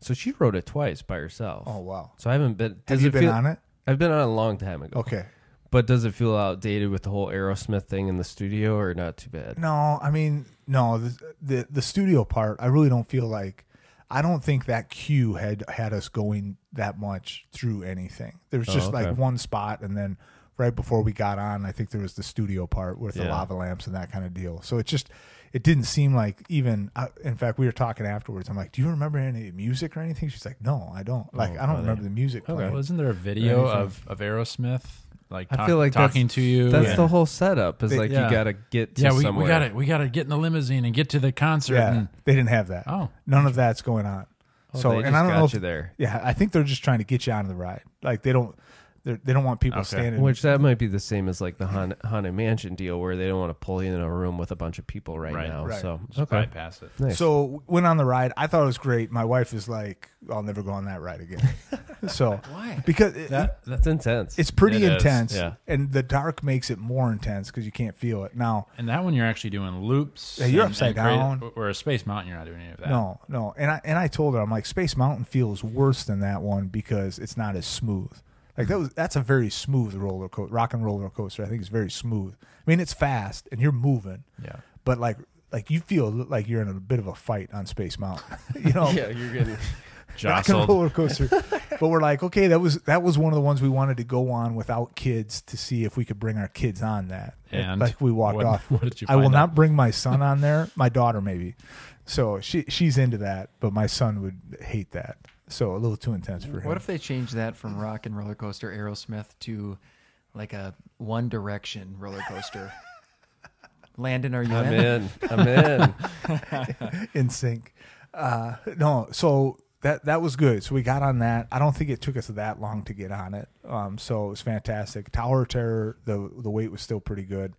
So she rode it twice by herself. oh wow. So I haven't been. Have does you it been feel- on Oh. it? I've been on it a long time ago. Okay. But does it feel outdated with the whole Aerosmith thing in the studio, or not too bad? No, I mean, no, the, the the studio part, I really don't feel like I don't think that queue had had us going that much through anything. There was Oh, just like okay. one spot and then right before we got on, I think there was the studio part with the Yeah. lava lamps and that kind of deal. So it just it didn't seem like even I, in fact we were talking afterwards. I'm like, "Do you remember any music or Oh, anything?" She's like, "No, I don't." Like, I don't remember the music playing. Wasn't there a video Anything. of, of Aerosmith like I talk- feel like that's- talking to you. That's and- the whole setup. Is They- like yeah. you gotta get to yeah. We, somewhere. we got it. We got to get in the limousine and get to the concert. Yeah, And, they didn't have that. oh, None of that's going on. Oh, so they and just I don't got know. if- you there. yeah, I think they're just trying to get you on the ride. Like they don't, they're- they don't want people Okay. standing. Which that might be the same as like the Han- Haunted Mansion deal, where they don't want to pull you in a room with a bunch of people right, Right. now. Right. So just bypass it. nice. So went on the ride. I thought it was great. My wife is like, I'll never go on that ride again. so Why? because it, that's intense. it's pretty It is, intense, yeah. and the dark makes it more intense because you can't feel it. Now, And that one you're actually doing loops. Yeah, you're and- upside and crazy- down. Where a space mountain, you're not doing any of that. no, no, and I and I told her I'm like Space Mountain feels worse than that one because it's not as smooth. Like that was that's a very smooth roller coaster, rock and roller coaster. I think it's very smooth. I mean, it's fast and you're moving, Yeah. but like like you feel like you're in a bit of a fight on Space Mountain. (laughs) you know, (laughs) yeah, you're getting rock and Jostled. roller (laughs) coaster. but we're like, okay, that was that was one of the ones we wanted to go on without kids to see if we could bring our kids on that. And like we walked what- off. (laughs) what did you I will find not bring my son on (laughs) there. My daughter maybe. So she she's into that, but my son would hate that. So a little too intense for him. What if they change that from Rock and Roller Coaster Aerosmith to like a One Direction roller (laughs) coaster? Landon, are you I'm in? in. I'm (laughs) in. in sync? Uh, no. So that that was good. So we got on that. I don't think it took us that long to get on it. Um, so it was fantastic. Tower of Terror. The the wait was still pretty good.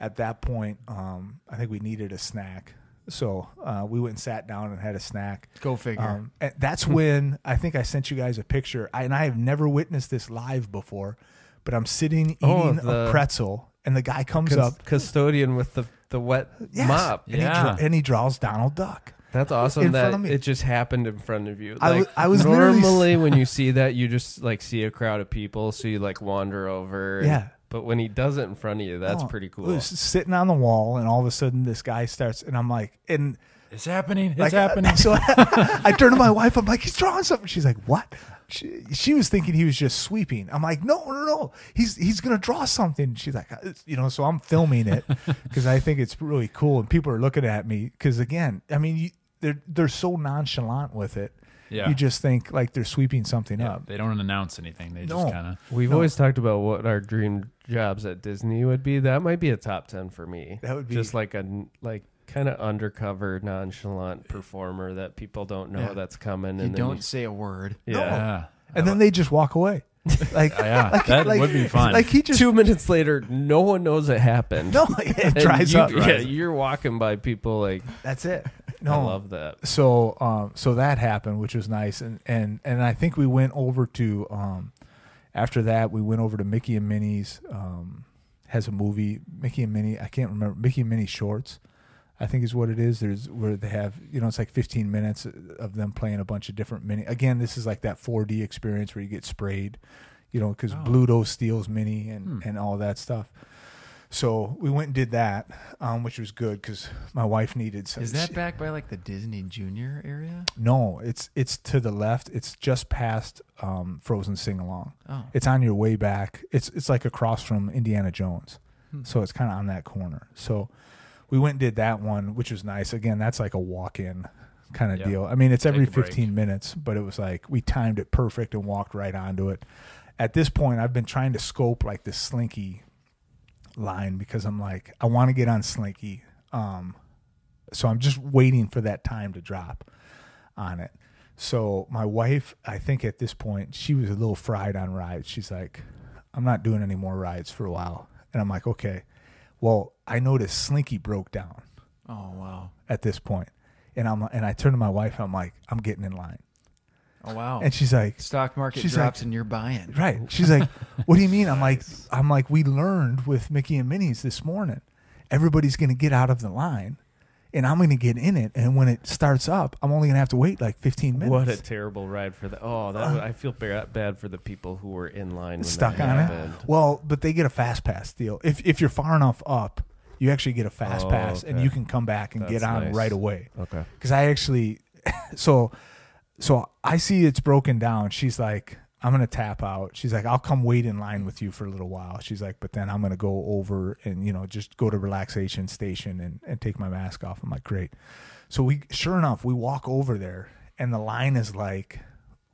At that point, um, I think we needed a snack. So uh, we went and sat down and had a snack. Go figure. Um, and that's when I think I sent you guys a picture, I, and I have never witnessed this live before. But I'm sitting eating Oh, a the- pretzel, and the guy comes Cus- up, custodian with the the wet yes, mop. and, Yeah. he dra- and he draws Donald Duck. That's awesome in front that of me. it just happened in front of you. I Like, w- I was literally s- (laughs) normally when you see that you just like see a crowd of people, so you like wander over. and- Yeah. But when he does it in front of you, that's Oh, pretty it cool. was sitting on the wall, and all of a sudden this guy starts, and I'm like, and It's happening. It's like, happening. (laughs) So I, turn to my wife. I'm like, he's drawing something. She's like, what? She, she was thinking he was just sweeping. I'm like, no, no, no. He's he's gonna draw something. She's like, "Uh, you know. So I'm filming (laughs) it because I think it's really cool, and people are looking at me because again, I mean, you, they're they're so nonchalant with it. Yeah. You just think like they're sweeping something Yeah, up. they don't announce anything. They No. just kind of. We've always talked about what our dream jobs at Disney would be. That might be a top ten for me. That would be- just like a n- like kind of undercover, nonchalant performer that people don't know Yeah. that's coming. You And don't say a word. Then you, yeah. (laughs) Yeah. And then they just walk away. Oh. (laughs) Like Yeah, that like- would be fun. Like he just Two minutes later, no one knows it happened. (laughs) no it And dries you- up. Yeah, you're walking by people like That's it. No. I love that. so um so that happened which was nice and and and i think we went over to um after that we went over to mickey and minnie's um has a movie mickey and minnie i can't remember mickey and minnie shorts i think is what it is there's where they have you know it's like 15 minutes of them playing a bunch of different mini again this is like that 4d experience where you get sprayed you know because Oh. bluto steals minnie and Hmm. and all that stuff so we went and did that, um, which was good because my wife needed some. Is that back by like the Disney Junior area? No, it's it's to the left. It's just past um, Frozen Sing Along. Oh. It's on your way back. It's it's like across from Indiana Jones, Hmm. so it's kind of on that corner. So we went and did that one, which was nice. Again, that's like a walk-in kind of Yeah. deal. I mean, it's Take every a break. 15 minutes, but it was like we timed it perfect and walked right onto it. At this point, I've been trying to scope like this slinky line because I'm like, I want to get on slinky. Um, so I'm just waiting for that time to drop on it. So my wife, I think at this point, she was a little fried on rides. She's like, I'm not doing any more rides for a while. And I'm like, okay. Well, I noticed Slinky broke down Oh wow! at this point. And I'm and I turn to my wife, I'm like, I'm getting in line. Oh wow! And she's like, Stock market she's drops like- and you're buying. Right. She's (laughs) like, "What do you mean?" I'm like, "I'm like, we learned with Mickey and Minnie's this morning. Everybody's going to get out of the line, and I'm going to get in it. And when it starts up, I'm only going to have to wait like 15 minutes. What a terrible ride for the. Oh, that I feel ba- bad for the people who were in line when stuck that on happened. it. Well, but they get a fast pass deal. If if you're far enough up, you actually get a fast Oh, pass, and okay. you can come back and get That's on nice. Oh. right away. Okay. because I actually, (laughs) so, so I see it's broken down. She's like, I'm gonna tap out. She's like, I'll come wait in line with you for a little while. She's like, but then I'm gonna go over and you know just go to relaxation station and and take my mask off. I'm like, great. So we, sure enough, we walk over there, and the line is like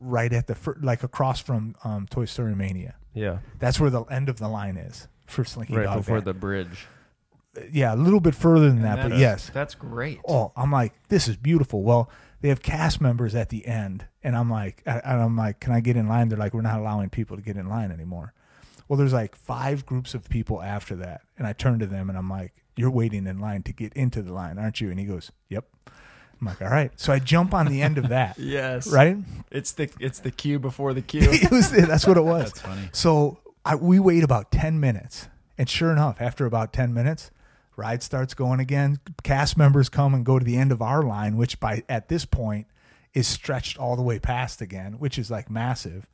right at the fir- like across from um, Toy Story Mania. Yeah. That's where the end of the line is for Slinky Right Dog. before Van. the bridge. yeah, a little bit further than that, but that's- yes. that's great. Oh, I'm like, this is beautiful. Well, they have cast members at the end, and I'm like, and I'm like, can I get in line? They're like, we're not allowing people to get in line anymore. Well, there's like five groups of people after that, and I turn to them and I'm like, you're waiting in line to get into the line, aren't you? And he goes, yep. I'm like, all right. So I jump on the end of that, Yes, right? It's the it's the cue before the cue. (laughs) it was that's what it was. That's funny. So I, we wait about ten minutes, and sure enough, after about ten minutes, ride starts going again. Cast members come and go to the end of our line, which by at this point is stretched all the way past again, which is like massive.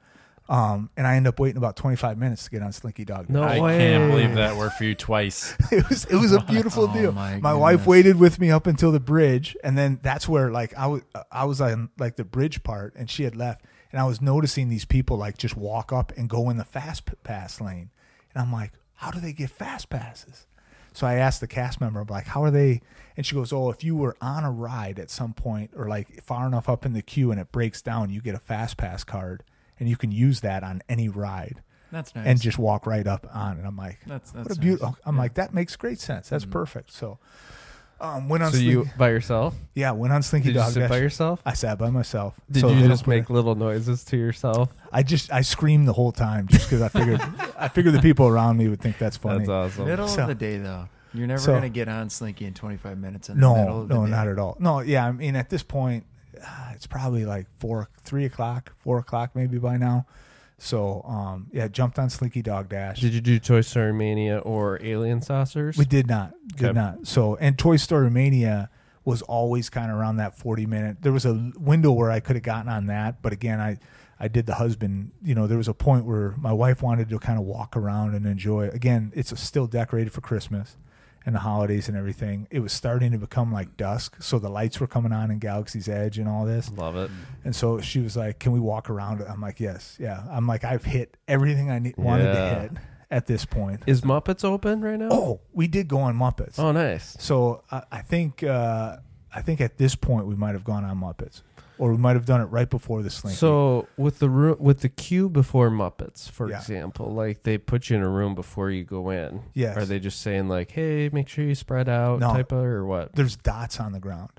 Um, and I end up waiting about twenty five minutes to get on Slinky Dog. No I way. can't believe that worked for (laughs) you twice. it was it was a beautiful Oh, deal. my My, wife goodness. waited with me up until the bridge, and then that's where like I was I was on like the bridge part, and she had left, and I was noticing these people like just walk up and go in the fast p- pass lane, and I'm like, how do they get fast passes? So I asked the cast member, I'm like, how are they? And she goes, oh, if you were on a ride at some point or like far enough up in the queue and it breaks down, you get a fast pass card, and you can use that on any ride That's nice. and just walk right up on. And I'm like, That's- what that's a nice. beautiful. I'm like, that makes great sense. That's perfect. So, um, went on. Mm. So Slinky, you (laughs) by yourself? yeah, went on Slinky Did you Dog. sit by Dash. yourself? I sat by myself. Did So they you don't just put make it- little noises to yourself? I just I screamed the whole time just because I (laughs) figured I figured the people around me would think that's funny. That's awesome. middle So- of the day though. You're never So- gonna get on Slinky in 25 minutes. In the middle no, of the no, day. not at all. No, yeah. I mean, at this point, ah, it's probably like four, three o'clock, four o'clock maybe by now. So, um, yeah, jumped on Slinky Dog Dash. Did you do Toy Story Mania or Alien Saucers? We did not. Did Okay. not. So, and Toy Story Mania was always kind of around that 40 minute. There was a window where I could have gotten on that, but again, I I did the husband, you know, there was a point where my wife wanted to kind of walk around and enjoy. Again, it's still decorated for Christmas and the holidays and everything. It was starting to become like dusk, so the lights were coming on in Galaxy's Edge and all this. Love it. And so she was like, "Can we walk around?" I'm like, "Yes, yeah." I'm like, "I've hit everything I need, wanted Yeah. to hit at this point." Is Muppets open right now? Oh, we did go on Muppets. Oh, nice. So I, I think uh, I think at this point we might have gone on Muppets, or we might have done it right before the Slinky. So with the ru- with the queue before Muppets, for Yeah. example, like they put you in a room before you go in. Yes. Are they just saying like, "Hey, make sure you spread out," No. type of, or what? there's dots on the ground.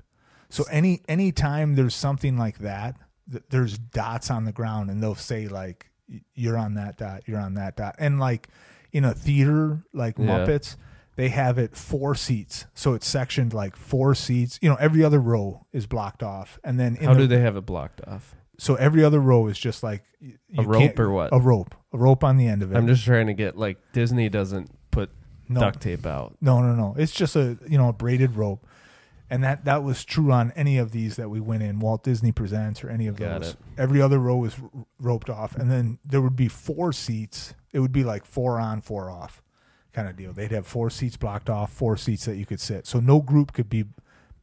So any any time there's something like that, th- there's dots on the ground, and they'll say like, y- "You're on that dot. You're on that dot." And like in a theater like Yeah. Muppets, they have it four seats, so it's sectioned like four seats. You know, every other row is blocked off, and then in How the, do they have it blocked off? so every other row is just like y- A you rope can't- or what? A rope, a rope on the end of it. I'm just trying to get like Disney doesn't put No. duct tape out. No, no, no. It's just a you know a braided rope, and that that was true on any of these that we went in. Walt Disney Presents or any of Got those. it. Every other row was r- roped off, and then there would be four seats. It would be like four on, four off, kind of deal. They'd have four seats blocked off, four seats that you could sit. So no group could be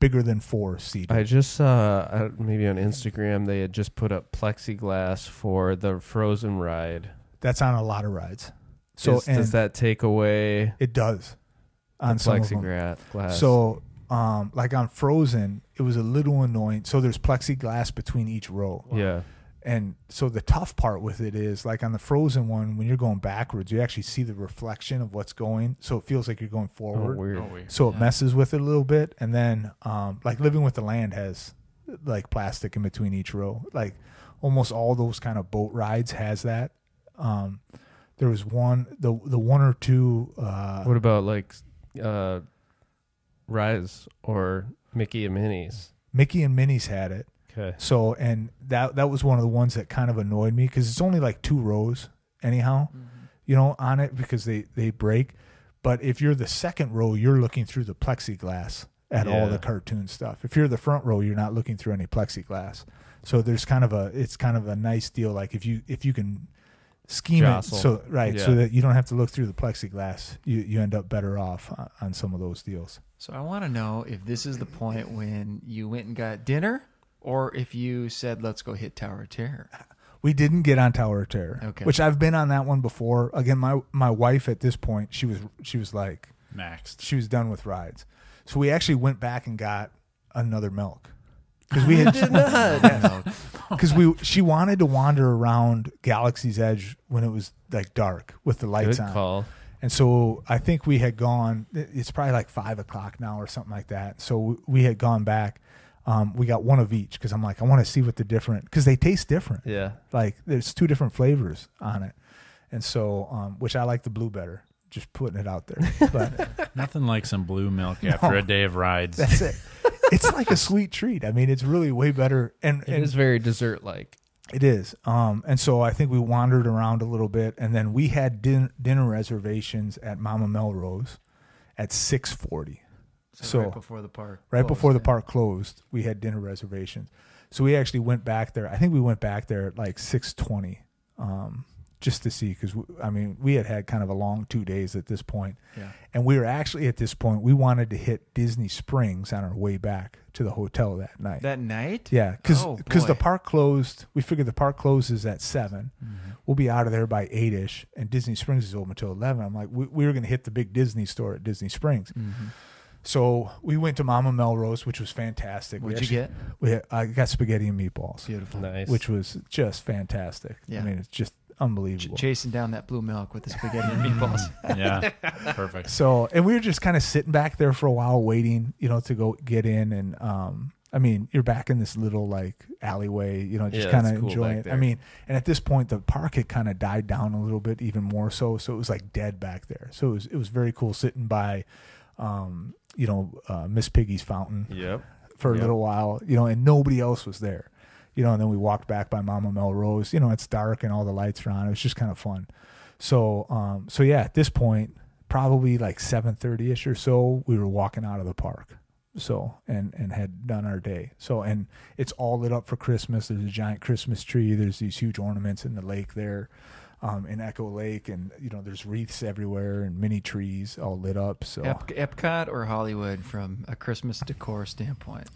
bigger than four seats. I just saw uh, maybe on Instagram they had just put up plexiglass for the Frozen ride. That's on a lot of rides. So Is- and does that take away it does on some of them. plexiglass? So, um, like on Frozen, it was a little annoying. So there's plexiglass between each row, yeah, and so the tough part with it is like on the Frozen one, when you're going backwards, you actually see the reflection of what's going, so it feels like you're going Oh, forward. weird. Oh, weird. so it messes with it a little bit, and then um, like Living with the Land has like plastic in between each row, like almost all those kind of boat rides has that. Um, there was one, the the one or two. Uh, What about like uh Rise or Mickey and Minnie's? Mickey and Minnie's had it. Okay. So and that that was one of the ones that kind of annoyed me because it's only like two rows anyhow, Mm-hmm. you know, on it because they they break. But if you're the second row, you're looking through the plexiglass at all Yeah. the cartoon stuff. If you're the front row, you're not looking through any plexiglass. So there's kind of a it's kind of a nice deal. Like if you if you can scheme Jostle. it so right so Yeah. that you don't have to look through the plexiglass, you you end up better off on, on some of those deals. So I want to know if this is the point when you went and got dinner, or if you said, "Let's go hit Tower of (laughs) Terror." We didn't get on Tower of Terror, Okay. which I've been on that one before. Again, my my wife at this point, she was she was like Next. she was done with rides, so we actually went back and got another milk because we had did (laughs) not. because we she wanted to wander around Galaxy's Edge when it was like dark with the lights Good on. call. And so I think we had gone. It's probably like five o'clock now or something like that. So we had gone back. Um, we got one of each because I'm like I want to see what the different because they taste different. Yeah. Like there's two different flavors on it, and so um, which I like the blue better. Just putting it out there, but Nothing like some (laughs) blue milk after a day of rides. that's it. It's like a sweet treat. I mean, it's really way better. And, It and is very dessert like. It is. Um, and so I think we wandered around a little bit, and then we had din- dinner reservations at Mama Melrose at six forty. So, So- right before the park. Right closed, before the yeah. park closed, we had dinner reservations. So we actually went back there. I think we went back there at like six twenty, um, just to see because I mean we had had kind of a long two days at this point, Yeah. and we were actually at this point we wanted to hit Disney Springs on our way back to the hotel that night. That night? Yeah, because Oh, the boy. park closed. We figured the park closes at 7 Mm-hmm. we We'll be out of there by eight ish, and Disney Springs is open until eleven. I'm like, we, we were going to hit the big Disney store at Disney Springs. Mm. Mm-hmm. So we went to Mama Melrose, which was fantastic. We What'd you actually- get? We had, I got spaghetti and meatballs, Beautiful. Nice. which was just fantastic. I Yeah. mean, it's just Ch- unbelievable. chasing down that blue milk with the spaghetti (laughs) and meatballs. Yeah, perfect. So, and we were just kind of sitting back there for a while, waiting, you know, to go get in. And um, I mean, you're back in this little like alleyway, you know, just Yeah, kind it's of cool enjoying back it. I there. mean, and at this point, the park had kind of died down a little bit, even more so. So it was like dead back there. So it was it was very cool sitting by, um, you know, uh, Miss Piggy's fountain Yep. for a Yeah. little while, you know, and nobody else was there. You know, and then we walked back by Mama Melrose. You know, it's dark and all the lights are on. It was just kind of fun. So, um, so yeah, at this point, probably like seven thirty ish or so, we were walking out of the park. So, and and had done our day. So, and it's all lit up for Christmas. There's a giant Christmas tree. There's these huge ornaments in the lake there, um, in Echo Lake, and you know, there's wreaths everywhere and mini trees all lit up. So, Ep- Epcot or Hollywood from a Christmas decor standpoint?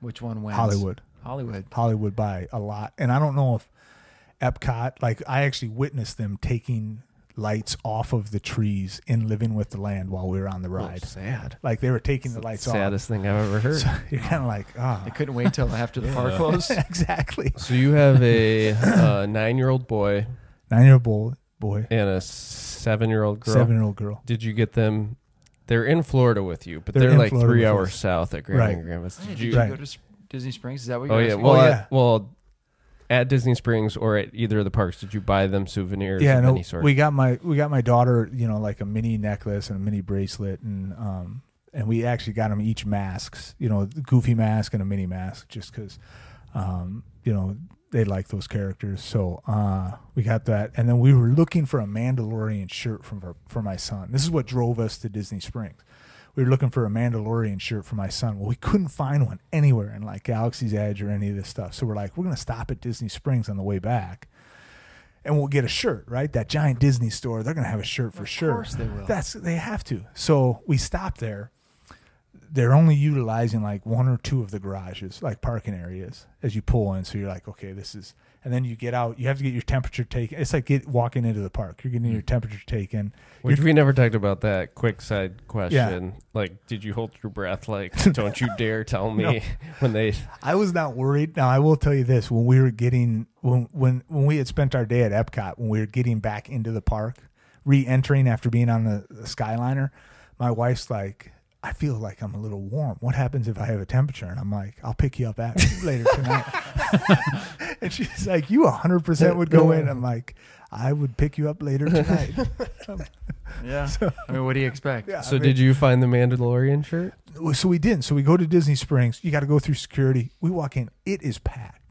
Which one wins? Hollywood. Hollywood. Hollywood by a lot. And I don't know if Epcot, like I actually witnessed them taking lights off of the trees in Living with the Land while we were on the ride. sad. Like they were taking the lights Saddest thing I've ever heard. off. (laughs) So you're kind of like, ah, They couldn't wait till (laughs) after the park closed. exactly. So you (laughs) have a uh, nine-year-old boy Nine year old boy, and a seven-year-old girl. seven year old girl. Did you get them? They're in Florida with you, but They're they're, in like Florida three with hours us. south at Grandma Right. and Grandma's. Hey, Did did you you? Right. go to S- Disney Springs? Is that what you're Oh yeah. asking? Well, yeah. At, well, at Disney Springs or at either of the parks, did you buy them souvenirs Yeah, of no, any sort? we got my we got my daughter, you know, like a mini necklace and a mini bracelet, and um, and we actually got them each masks, you know, the goofy mask and a mini mask, just because, um, you know, they like those characters. So uh, we got that, and then we were looking for a Mandalorian shirt from our, for my son. This is what drove us to Disney Springs. We were looking for a Mandalorian shirt for my son. Well, we couldn't find one anywhere in like Galaxy's Edge or any of this stuff. So we're like, we're gonna stop at Disney Springs on the way back and we'll get a shirt, right? That giant Disney store, they're gonna have a shirt for sure. course they will. That's they have to. So we stop there. They're only utilizing like one or two of the garages, like parking areas, as you pull in. So you're like, okay, this is. And then you get out. You have to get your temperature taken. It's like get, walking into the park. You're getting your temperature taken. Which You're- we never talked about that. Quick side question. Like, did you hold your (laughs) breath? Like, don't you dare tell me (laughs) when they. I was not worried. Now I will tell you this: when we were getting when when when we had spent our day at Epcot, when we were getting back into the park, re-entering after being on the, the Skyliner, my wife's like, "I feel like I'm a little warm. What happens if I have a temperature?" And I'm like, "I'll pick you up at (laughs) later tonight." and she's like, "You 100 percent would go in." I'm like, "I would pick you up later tonight." Yeah. I mean, what do you expect? Yeah, So I mean- did you find the Mandalorian shirt? so we didn't. So we go to Disney Springs. You got to go through security. We walk in. It is packed.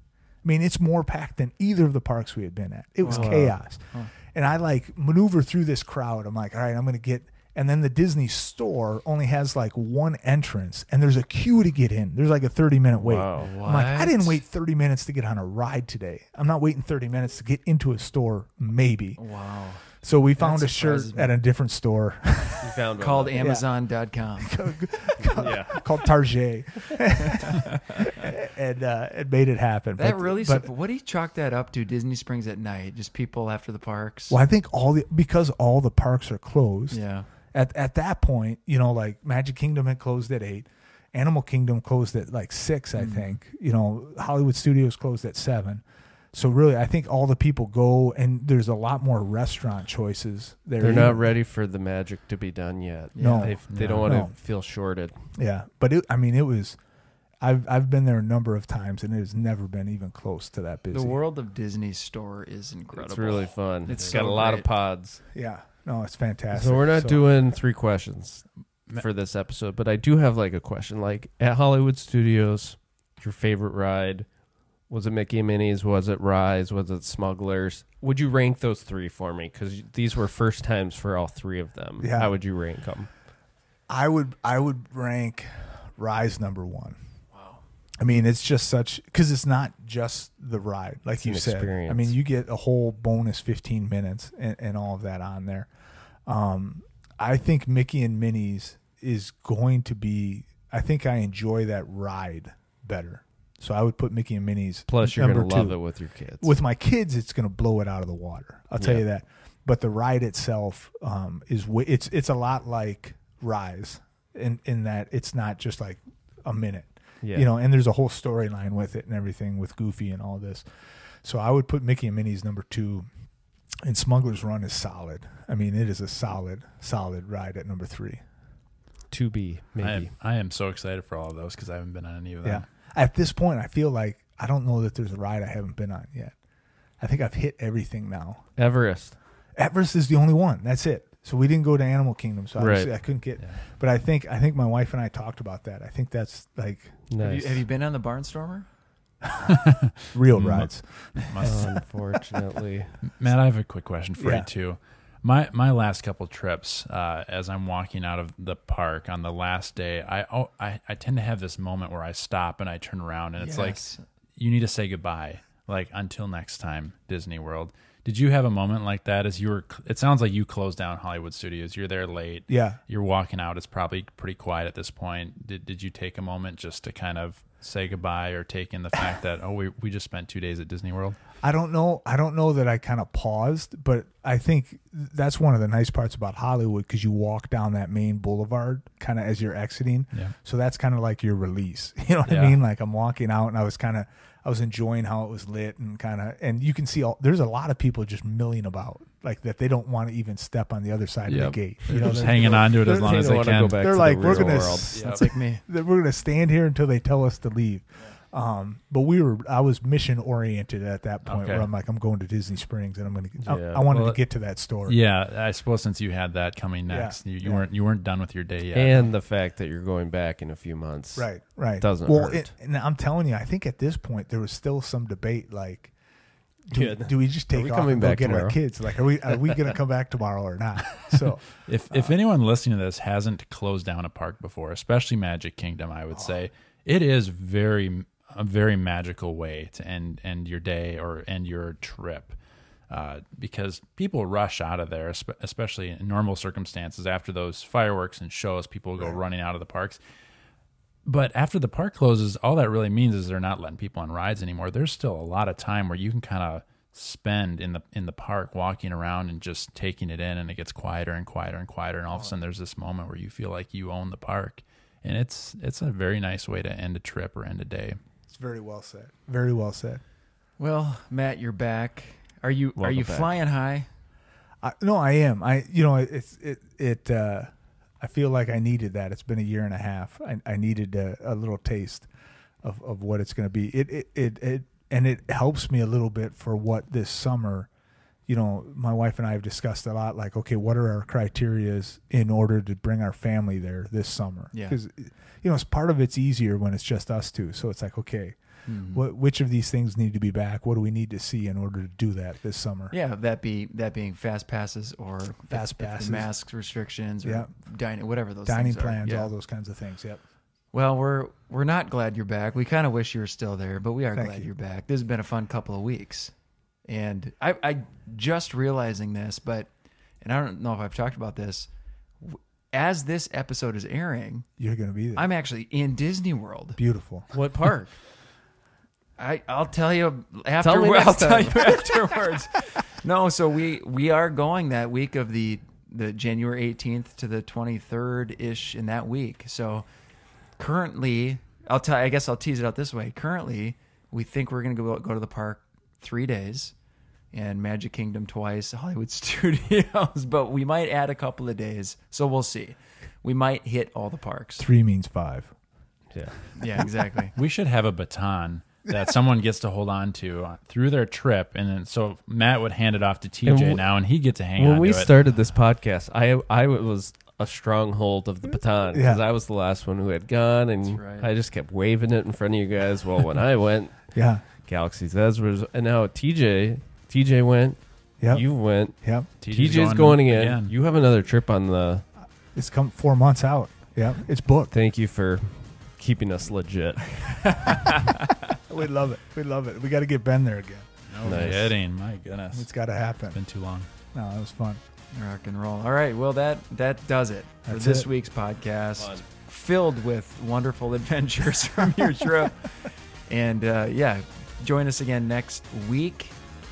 I mean, it's more packed than either of the parks we had been at. It was chaos. And I like maneuver through this crowd. I'm like, all right, I'm going to get. And then the Disney store only has like one entrance, and there's a queue to get in. There's like a 30 minute wait. Wow. I'm like, I What? didn't wait 30 minutes to get on a ride today. I'm not waiting 30 minutes to get into a store, maybe. Wow. So we found a surprises shirt me. at a different store You found Called (laughs) Amazon.com. Yeah. (laughs) called Target, and uh, it made it happen. That But- really. but- sup- what do you chalk that up to? Disney Springs at night, just people after the parks. well, I think all the because all the parks are closed. Yeah. At at that point, you know, like Magic Kingdom had closed at eight, Animal Kingdom closed at like six, Mm. I think. You know, Hollywood Studios closed at seven. So really, I think all the people go, and there's a lot more restaurant choices. There They're not either. ready for the magic to be done yet. No. they, they No. don't want to No. feel shorted. Yeah, but it, I mean, it was. I've I've been there a number of times, and it has never been even close to that busy. The world of Disney store is incredible. It's really fun. It's it's got so a lot of great. pods. Yeah, no, it's fantastic. So we're not doing three questions for this episode, but I do have like a question. Like at Hollywood Studios, your favorite ride was it Mickey and Minnie's? Was it Rise? Was it Smugglers? Would you rank those three for me? Because these were first times for all three of them. Yeah. How would you rank them? I would I would rank Rise number one. I mean, it's just such because it's not just the ride, like you an said. I mean, experience. you get a whole bonus 15 minutes and, and all of that on there. Um, I think Mickey and Minnie's is going to be. I think I enjoy that ride better, so I would put Mickey and Minnie's. Plus, you're number gonna love two. it with your kids. With my kids, it's going to blow it out of the water. I'll tell Yeah. you that. But the ride itself um, is wa- it's it's a lot like Rise in in that it's not just like a minute, Yeah. you know. And there's a whole storyline with it and everything with Goofy and all this. So I would put Mickey and Minnie's number two, and Smuggler's Run is solid. I mean, it is a solid solid ride at number three. to be I maybe. am, I am so excited for all of those because I haven't been on any of Uh-huh. them. Yeah. At this point, I feel like I don't know that there's a ride I haven't been on yet. I think I've hit everything now. Everest. Everest is the only one. That's it. So we didn't go to Animal Kingdom. So obviously Right. I couldn't get. Yeah. But I think I think my wife and I talked about that. I think that's like Have, Nice. you, have you been on the Barnstormer? real Mm. rides. Must- Unfortunately, Matt, I have a quick question for Yeah. you too. My my last couple trips, uh, as I'm walking out of the park on the last day, I, oh, I I tend to have this moment where I stop and I turn around and it's like Yes. you need to say goodbye, like until next time, Disney World. Did you have a moment like that as you were? It sounds like you closed down Hollywood Studios. You're there late. Yeah. You're walking out. It's probably pretty quiet at this point. Did Did you take a moment just to kind of say goodbye or take in the fact that oh we we just spent two days at Disney World? I don't know. I don't know that I kind of paused, but I think that's one of the nice parts about Hollywood because you walk down that main boulevard kind of as you're exiting. Yeah. So that's kind of like your release. (laughs) You know what I Yeah. mean? Like I'm walking out and I was kind of I was enjoying how it was lit and kind of and you can see all there's a lot of people just milling about like that they don't want to even step on the other side of Yep. the gate. They're You know, just they're- hanging on to it as they long as don't they wanna can. go back They're to like, the we're real gonna world. s- That's like me. that we're gonna stand here until they tell us to leave. Um, but we were I was mission oriented at that point Okay. where I'm like I'm going to Disney Springs and I'm gonna I- Yeah. I, wanted Well, to get to that story. Yeah, I suppose since you had that coming Yeah. next, you, you Yeah. weren't you weren't done with your day yet. and the fact that you're going back in a few months. Right, right. Doesn't well, hurt. it- and I'm telling you, I think at this point there was still some debate like. Do, Good. do we just Are take we off coming and go back get our tomorrow? kids? Like, are we are we gonna come back tomorrow or (laughs) not? So, if if anyone listening to this hasn't closed down a park before, especially Magic Kingdom, I would say it is very a very magical way to end end your day or end your trip. Uh, because people rush out of there, espe- especially in normal circumstances. After those fireworks and shows, people go running out of the parks. But after the park closes, all that really means is they're not letting people on rides anymore. There's still a lot of time where you can kind of spend in the in the park walking around and just taking it in and it gets quieter and quieter and quieter and all of a sudden there's this moment where you feel like you own the park. And it's it's a very nice way to end a trip or end a day. it's very well said. Very well said. Well, Matt, you're back. Are you are Welcome you back. flying high? I, no, I am. I you know it's it it. Uh, I feel like I needed that. It's been a year and a half. I, I needed a, a little taste of, of what it's going to be. It, it it it and it helps me a little bit for what this summer. You know, my wife and I have discussed a lot. Like, okay, what are our criterias in order to bring our family there this summer? Yeah. Because you know, it's part of it's easier when it's just us two. So it's like, okay, what which of these things need to be back? What do we need to see in order to do that this summer? Yeah, that be that being fast passes or if- Fast if the passes. masks restrictions or Yeah. dining whatever those dining things are. plans, Yeah. all those kinds of things. Yep. Well, we're we're not glad you're back. We kind of wish you were still there, but we are Thank glad you. you. are back. This has been a fun couple of weeks, and I, I just realizing this, but and I don't know if I've talked about this. W- As this episode is airing, You're going to be there. I'm actually in Disney World. Beautiful. What park? (laughs) I I'll tell you after Tell me I'll next tell time. you (laughs) afterwards. no, so we we are going that week of the the January 18th to the 23rd ish in that week. So currently, I'll tell. I guess I'll tease it out this way. Currently, we think we're gonna go go to the park three days, and Magic Kingdom twice, Hollywood (laughs) Studios, but we might add a couple of days. So we'll see. We might hit all the parks. Three means five. Yeah. (laughs) Yeah, exactly. We should have a baton (laughs) that someone gets to hold on to uh, through their trip, and then so Matt would hand it off to TJ And w- now, and he get to hang on when we to started this podcast, I I was a stronghold of the baton because Yeah. I was the last one who had gone, and right. I just kept waving it in front of you guys. Well, when I (laughs) went, Yeah. Galaxy's Edge was, and now TJ TJ went, Yep. you went, yep. it. TJ's, going, again. You have another trip on the. It's come four months out. Yeah. It's booked. Thank you for keeping us legit. we love it. We love it. We got to get Ben there again. no Nice. kidding. My goodness, It's got to happen. it's been too long. No, it was fun. Rock and roll. All right. Well, that that does it for That's this it. week's podcast, Fun. filled with wonderful (laughs) adventures from your trip. and uh, yeah, join us again next week,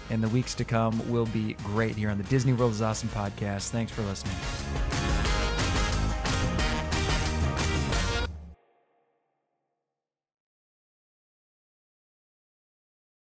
and the weeks to come will be great here on the Disney World is Awesome podcast. Thanks for listening.